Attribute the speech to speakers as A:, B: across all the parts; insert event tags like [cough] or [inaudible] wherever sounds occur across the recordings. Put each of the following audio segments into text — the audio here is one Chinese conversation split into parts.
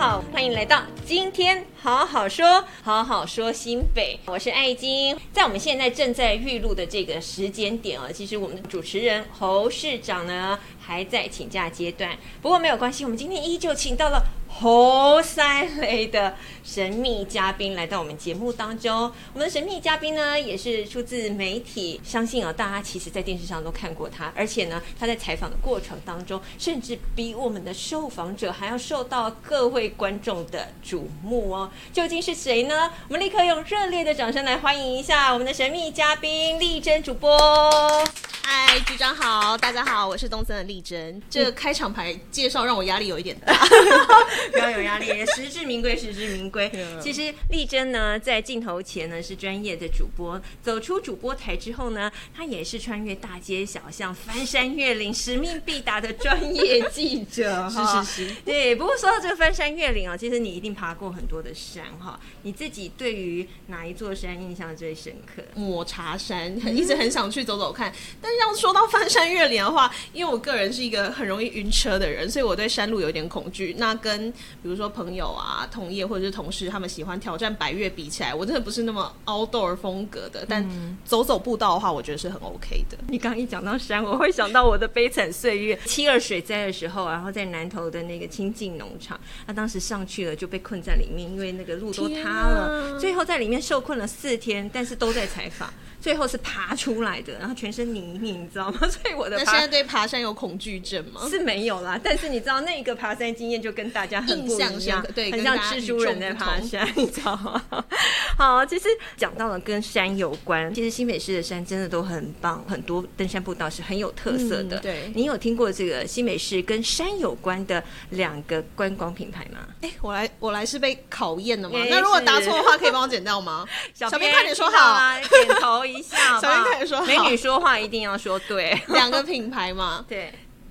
A: 好，欢迎来到今天好好说，好好说新北，我是爱金。在我们现在正在预录的这个时间点哦，其实我们的主持人侯市长呢还在请假阶段，不过没有关系，我们今天依旧请到了。侯赛雷的神秘嘉宾来到我们节目当中。我们的神秘嘉宾呢，也是出自媒体，相信啊、哦，大家其实在电视上都看过他，而且呢，他在采访的过程当中，甚至比我们的受访者还要受到各位观众的瞩目哦。究竟是谁呢？我们立刻用热烈的掌声来欢迎一下我们的神秘嘉宾丽珍主播。
B: 嗨，局长好，大家好，我是东森的丽珍。这个开场牌介绍让我压力有一点大。
A: [laughs] 不要有压力，实至名归，实至名归。
B: 啊
A: 其实丽珍呢，在镜头前呢是专业的主播，走出主播台之后呢，她也是穿越大街小巷、翻山越岭、使命必达的专业
B: [laughs]
A: 记者。哈
B: 是是是，
A: 对。不过说到这个翻山越岭啊，其实你一定爬过很多的山哈。你自己对于哪一座山印象最深刻？
B: 抹茶山很一直很想去走走看，但是要说到翻山越岭的话，因为我个人是一个很容易晕车的人，所以我对山路有点恐惧。那跟比如说朋友啊、同业或者是同事，他们喜欢挑战百越比起来，我真的不是那么 outdoor 风格的。但走走步道的话，我觉得是很 OK 的。
A: [laughs] 你刚一讲到山，我会想到我的悲惨岁月。 [laughs] 七二水灾的时候，然后在南投的那个清境农场，他当时上去了就被困在里面，因为那个路都塌
B: 天
A: 了，
B: 啊
A: 最后在里面受困了四天，但是都在采访，最后是爬出来的，然后全身泥泞，你知道吗？ [laughs] 所以我的
B: 那现
A: 爬
B: 在对爬山有恐惧症吗？
A: 是没有啦，但是你知道那个爬山经验就跟大家很不一
B: 印象
A: 样
B: 深刻，对
A: 很
B: 跟
A: 像
B: 大家
A: 蜘
B: 与
A: 蛛
B: 众
A: 人在
B: 不
A: 爬
B: 同
A: 山，你知道吗？好，其实讲到了跟山有关，其实新北市的山真的都很棒，很多登山步道是很有特色的。
B: 嗯对
A: 你有听过这个新北市跟山有关的两个观光品牌吗？
B: 哎、我来，我来是被考验的吗
A: 哎？
B: 那如果
A: 是
B: 答错的话，可以帮我剪掉吗？
A: [laughs]
B: 小
A: 编
B: 编快点说
A: 听到
B: 好
A: 啊，点头一下好不好，
B: [laughs] 小编快点说好
A: 美女说话一定要说对， [laughs]
B: 两个品牌嘛，
A: 对。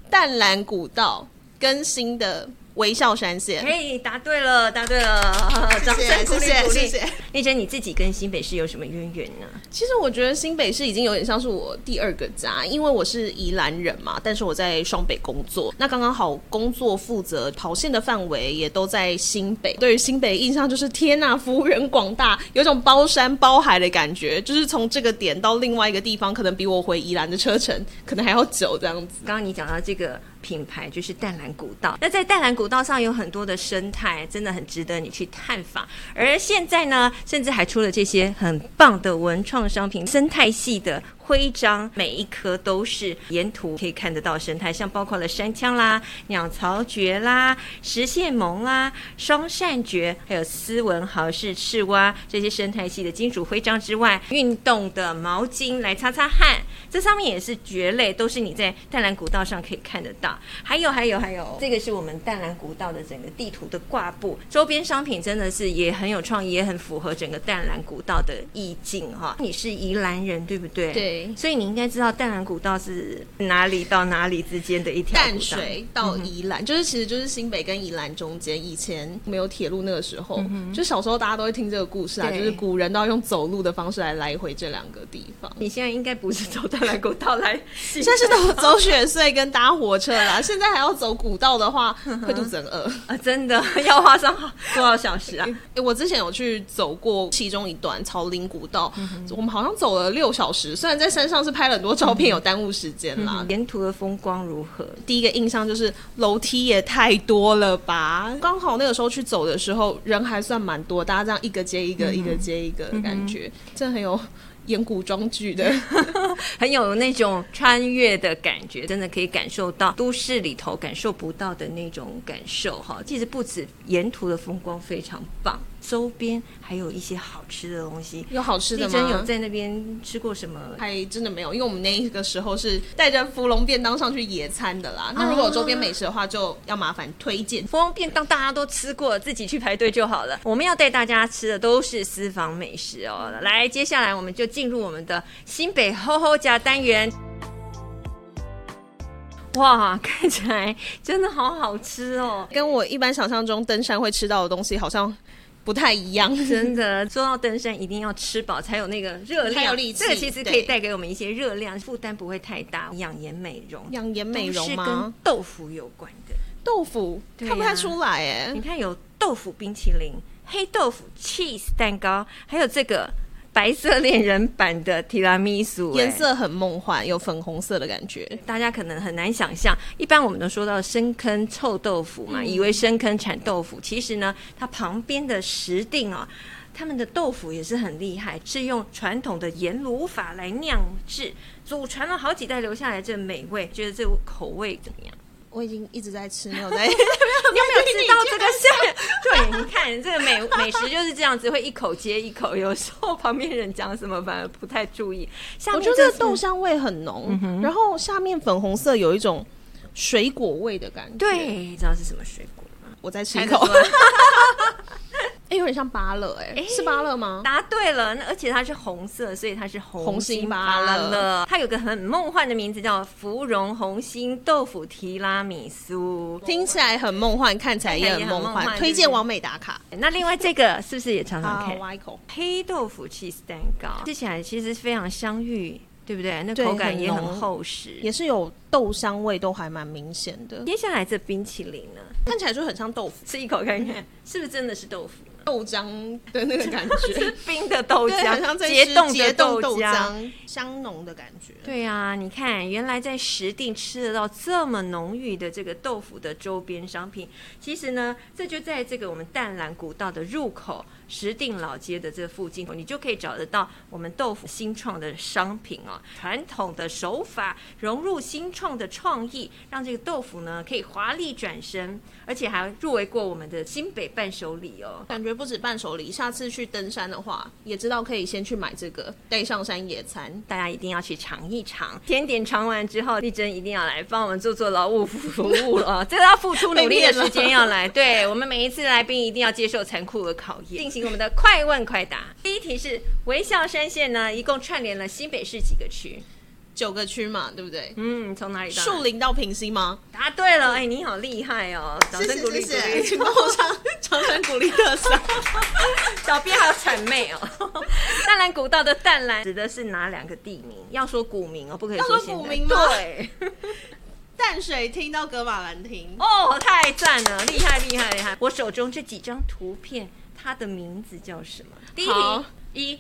B: 淡蓝古道跟新的微笑山
A: 可
B: 线。
A: 以答对了，答对了，掌声鼓励
B: 谢谢
A: 鼓励
B: 谢谢。
A: 丽珍，你自己跟新北市有什么渊源呢？
B: 其实我觉得新北市已经有点像是我第二个家，因为我是宜兰人嘛，但是我在双北工作。那刚刚好工作负责跑线的范围也都在新北。对于新北印象就是天呐、幅员广大，有种包山包海的感觉，就是从这个点到另外一个地方，可能比我回宜兰的车程可能还要久这样子。
A: 刚刚你讲到这个品牌就是淡蓝古道，那在淡蓝古道上有很多的生态，真的很值得你去探访。而现在呢，甚至还出了这些很棒的文创商品，生态系的。徽章每一颗都是沿途可以看得到生态，像包括了山羌啦、鸟巢蕨啦、石蟹獴啦、双扇蕨，还有斯文豪氏赤蛙这些生态系的金属徽章之外，运动的毛巾来擦擦汗，这上面也是蕨类，都是你在淡蓝古道上可以看得到。还有还有还有，这个是我们淡蓝古道的整个地图的挂布，周边商品真的是也很有创意，也很符合整个淡蓝古道的意境哈。你是宜兰人对不对？
B: 对
A: 所以你应该知道淡蓝古道是哪里到哪里之间的一条古道
B: 淡水到宜兰，就是其实就是新北跟宜兰中间，以前没有铁路那个时候，就小时候大家都会听这个故事啊，
A: 对
B: 就是古人都要用走路的方式来来回这两个地方。
A: 你现在应该不是走淡蓝古道来，现
B: 现在 [laughs] 是走走雪隧跟搭火车啦，现在还要走古道的话，会肚子很饿。
A: [laughs] 啊，真的 [laughs] 要花上好多少小时啊？
B: [laughs] 哎、我之前有去走过其中一段草林古道，我们好像走了六小时，虽然在山上是拍了很多照片，有耽误时间啦，
A: 沿途的风光如何？
B: 第一个印象就是楼梯也太多了吧。刚好那个时候去走的时候，人还算蛮多，大家这样一个接一个，一个接一个，的感觉真的很有演古装剧的。
A: 很有那种穿越的感觉，真的可以感受到都市里头感受不到的那种感受哈。其实不止沿途的风光非常棒，周边还有一些好吃的东西。
B: [laughs] 有好吃
A: 丽
B: 的
A: 珍有
B: 吗？
A: 在那边吃过什么？
B: 还真的没有，因为我们那个时候是带着芙蓉便当上去野餐的啦。那如果有周边美食的话，就要麻烦推荐。
A: 芙蓉便当大家都吃过，自己去排队就好了。我们要带大家吃的都是私房美食哦。来，接下来我们就进入我们的新北吼吼家单元。哇，看起来真的好好吃哦！
B: 跟我一般想象中登山会吃到的东西好像不太一样。
A: 真的， [laughs] 说到登山，一定要吃饱才有那个热量，
B: 才有力气
A: 这个其实可以
B: 对
A: 带给我们一些热量，负担不会太大。养颜美容，
B: 养颜美
A: 都
B: 容
A: 是
B: 吗
A: 跟？豆腐有关的。
B: 豆腐、啊
A: 对
B: 看不
A: 呀
B: 太出来哎、
A: 你看有豆腐冰淇淋、黑豆腐 cheese 蛋糕，还有这个白色恋人版的提拉米苏、哎
B: 颜色很梦幻，有粉红色的感觉。
A: 大家可能很难想象，一般我们都说到深坑臭豆腐嘛，以为深坑产豆腐，其实呢，它旁边的石定啊、他们的豆腐也是很厉害，是用传统的盐卤法来酿制，祖传了好几代留下来这美味，觉得这口味怎么样？
B: 我已经一直在吃，没 [laughs] 有在
A: 你有没有吃到这个馅？ [laughs] 对，你看这个美美食就是这样子，会一口接一口，有时候旁边人讲什么反而不太注意。下
B: 我
A: 面
B: 觉得
A: 是
B: 豆香味很
A: 嗯
B: 浓，然后下面粉红色有一种水果味的感觉。，
A: 对，知道是什么水果吗？
B: 我再吃一口，
A: 猜得出来
B: 哎、有点像芭乐、哎、
A: 哎
B: 是芭乐吗？
A: 答对了，那而且它是红色，所以它是红
B: 红
A: 心
B: 心
A: 芭
B: 芭乐
A: 乐。它有个很梦幻的名字叫芙蓉红心豆腐提拉米苏。
B: 听起来很梦幻，看起来也很
A: 看起来
B: 梦
A: 也很梦幻
B: 推
A: 对嗯
B: 荐
A: 不对
B: 完美打卡。
A: 那另外这个是不是也常常
B: 好，
A: 看？
B: 挖一口。
A: 黑豆腐 cheese 蛋糕吃起来其实非常香芋，对不对？那
B: 对
A: 口感也很
B: 很浓
A: 厚实。
B: 也是有豆香味，都还蛮明显的，
A: 接下来这冰淇淋呢，
B: 看起来就很像豆腐
A: 吃一口看看，是不是真的是
B: [laughs]
A: 豆腐呢？
B: 豆浆的那个
A: [laughs]
B: 感 [laughs] 觉，
A: 冰的豆
B: 对，
A: 浆
B: 很像，在
A: 结
B: 吃
A: 冻
B: 结
A: 的
B: 冻
A: 豆
B: 豆
A: 浆。
B: 浆，香浓的感觉。
A: 对啊，你看，原来在石定吃得到这么浓郁的这个豆腐的周边商品，其实呢，这就在这个我们淡蓝古道的入口石定老街的这附近，你就可以找得到我们豆腐新创的商品哦。传统的手法融入新创的创意，让这个豆腐呢可以华丽转身，而且还入围过我们的新北伴手礼哦。
B: 感觉不止伴手礼，下次去登山的话，也知道可以先去买这个，带上山野餐。
A: 大家一定要去尝一尝。甜点尝完之后，丽珍一定要来帮我们做做劳务服务 [laughs] 了，这个要付出努力的时间要 [laughs] 来。对我们每一次来宾一定要接受残酷的考验，进行我们的快问快答。第一题是微笑山线呢，一共串联了新北市几个区？
B: 九个区嘛，对不对？
A: 嗯，从哪里到哪里？
B: 树林到平溪吗？
A: 答对了，哎，你好厉害哦！掌声鼓励鼓
B: 谢谢谢谢
A: 励。
B: 请帮我唱 [laughs] 长山鼓励特色。
A: 小编好谄媚 [laughs] 哦。淡蓝古道的淡蓝指的是哪两个地名？要说古名哦，不可以
B: 要说
A: 现
B: 古
A: 代
B: 名吗
A: 对。
B: 淡水听到格马兰
A: [laughs]
B: 亭，
A: 哦，太赞了，厉害厉害厉害！我手中这几张图片，它的名字叫什么？第一
B: 好
A: 题，一、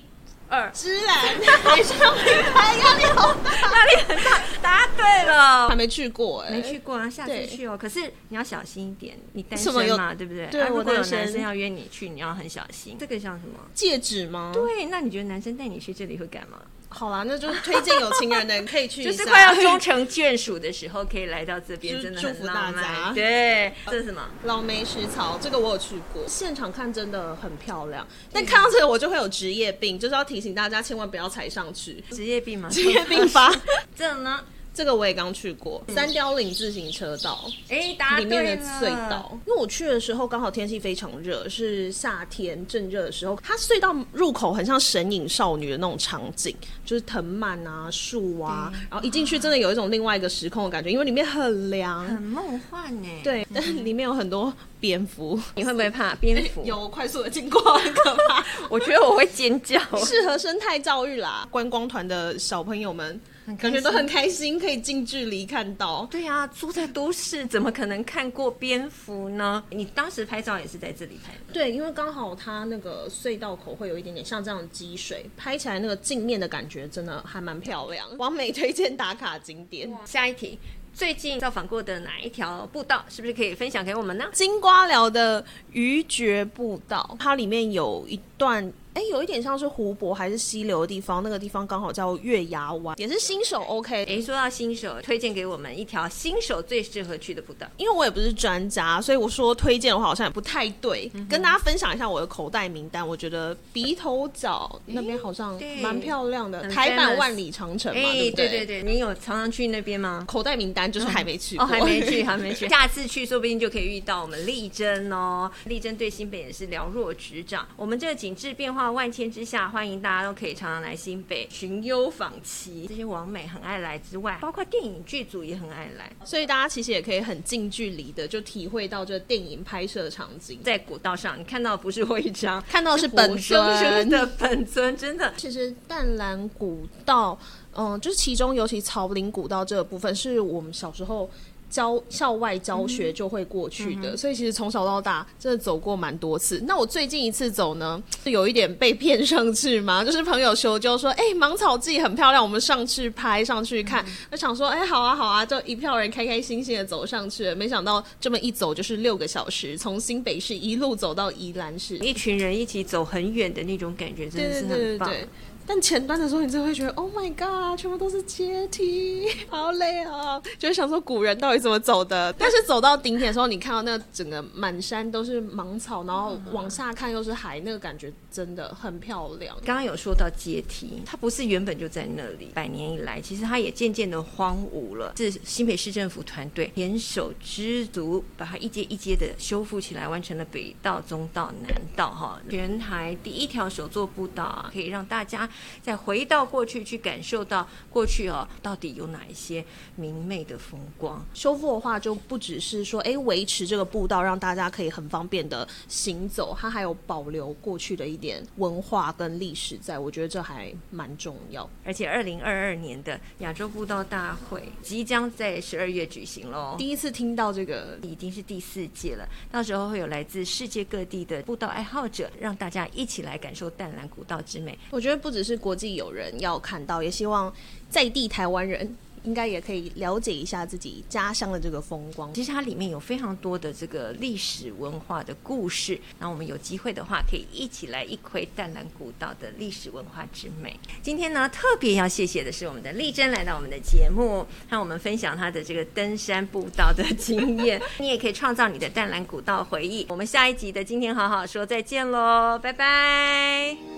A: 二，
B: 芝兰，海上品牌压力好
A: [laughs]
B: 大，
A: 压力很大，答对
B: 还
A: 了。
B: 没去过哎、
A: 没去过啊，下次
B: 对
A: 去哦。可是你要小心一点，你单
B: 什么
A: 身
B: 有
A: 嘛，对不对？
B: 对
A: 啊如
B: 我
A: 果有
B: 单身
A: 男生要约你去，你要很小心。这个像什么？
B: 戒指吗？
A: 对，那你觉得男生带你去这里会干嘛？
B: 好啦，那就推荐有情人的可以去一
A: 就
B: 下，
A: 是快要终成眷属的时候，可以来到这边，
B: 就
A: 真的
B: 祝
A: 很
B: 福
A: 浪
B: 大家
A: 漫。对，这是什么？
B: 老梅石槽，这个我有去过，现场看真的很漂亮，但看到这个我就会有职业病，就是要提醒大家千万不要踩上去，
A: 职业病吗？
B: 职业病吧。
A: 这呢？
B: [laughs] 这个我也刚去过，三貂岭自行车道
A: 哎，答
B: 里
A: 对
B: 面的
A: 了。
B: 隧道，因为我去的时候刚好天气非常热，是夏天正热的时候，它隧道入口很像神隐少女的那种场景，就是藤蔓啊、树啊，然后一进去真的有一种另外一个时空的感觉，因为里面很凉
A: 很。梦幻欸呢、，
B: 对，但里面有很多蝙蝠，
A: 你会不会怕蝙蝠？，
B: 有快速的经过，很可怕。
A: 我觉得我会尖叫。
B: [laughs] 适合生态教育啦，观光团的小朋友们
A: 开心
B: 感觉都很开心，可以近距离看到。
A: 对啊，住在都市怎么可能看过蝙蝠呢？你当时拍照也是在这里拍的，
B: 对，因为刚好它那个隧道口会有一点点像这样的积水，拍起来那个镜面的感觉真的还蛮漂亮。完美推荐打卡景点，
A: 下一题，最近造访过的哪一条步道，是不是可以分享给我们呢？
B: 金瓜寮的鱼觉步道，它里面有一段。哎，有一点像是湖泊还是溪流的地方，那个地方刚好叫月牙湾，也是新手 OK。
A: 诶，说到新手，推荐给我们一条新手最适合去的步道。
B: 因为我也不是专家，所以我说推荐的话好像也不太对。
A: 嗯
B: 跟大家分享一下我的口袋名单，我觉得鼻头角那边好像
A: 对
B: 蛮漂亮的，
A: 很
B: 台
A: famous
B: 版万里长城嘛，
A: 诶
B: 对不
A: 对
B: 对
A: 对对，你有常常去那边吗？
B: 口袋名单就是还没去
A: 哦，
B: 过，
A: 还没去，还没去， [laughs] 下次去说不定就可以遇到我们丽珍哦。丽珍对新北也是了若指掌。我们这景致变化万千之下，欢迎大家都可以常常来新北寻幽访奇。这些网美很爱来之外，包括电影剧组也很爱来。
B: [laughs] 所以大家其实也可以很近距离的就体会到这电影拍摄的场景，
A: 在古道上，你看到的不是徽章，
B: 看到的是本
A: 活生生
B: 尊。
A: 的本尊，真的
B: 其实淡蓝古道，嗯，就是其中尤其草林古道这个部分，是我们小时候教校外教学就会过去的，所以其实从小到大真的走过蛮多次。那我最近一次走呢，是有一点被骗上去嘛， [laughs] 就是朋友修就说，哎、芒草季很漂亮，我们上去拍，上去看。我想说，哎、好啊，好啊，就一票人开开心心的走上去了。没想到这么一走就是六个小时，从新北市一路走到宜兰市。
A: 一群人一起走很远的那种感觉，真
B: 对
A: 的
B: 对
A: 是
B: 对对
A: 很棒。
B: 对。但前端的时候，你就会觉得，Oh my god，全部都是阶梯，好累啊！就会想说古人到底怎么走的。但是走到顶点的时候，你看到那整个满山都是芒草，然后往下看又是海，那个感觉真的很漂亮。
A: 刚刚有说到阶梯，它不是原本就在那里，百年以来，其实它也渐渐的荒芜了。是新北市政府团队联手知足，把它一阶一阶的修复起来，完成了北道、中道、南道哈，全台第一条手作步道啊，可以让大家再回到过去去感受到过去哦，到底有哪一些明媚的风光。
B: 修复的话，就不只是说，哎，维持这个步道让大家可以很方便的行走，它还有保留过去的一点文化跟历史在，我觉得这还蛮重要。
A: 而且，二零二二年的亚洲步道大会即将在十二月举行喽。
B: 第一次听到这个
A: 已经是第四届了，到时候会有来自世界各地的步道爱好者，让大家一起来感受淡蓝古道之美。
B: 我觉得不只是国际友人要看到，也希望在地台湾人应该也可以了解一下自己家乡的这个风光。
A: 其实它里面有非常多的这个历史文化的故事，那我们有机会的话，可以一起来一窥淡蓝古道的历史文化之美。今天呢，特别要谢谢的是我们的丽珍来到我们的节目，让我们分享她的这个登山步道的经验。你也可以创造你的淡蓝古道回忆。我们下一集的今天好好说再见喽，拜拜。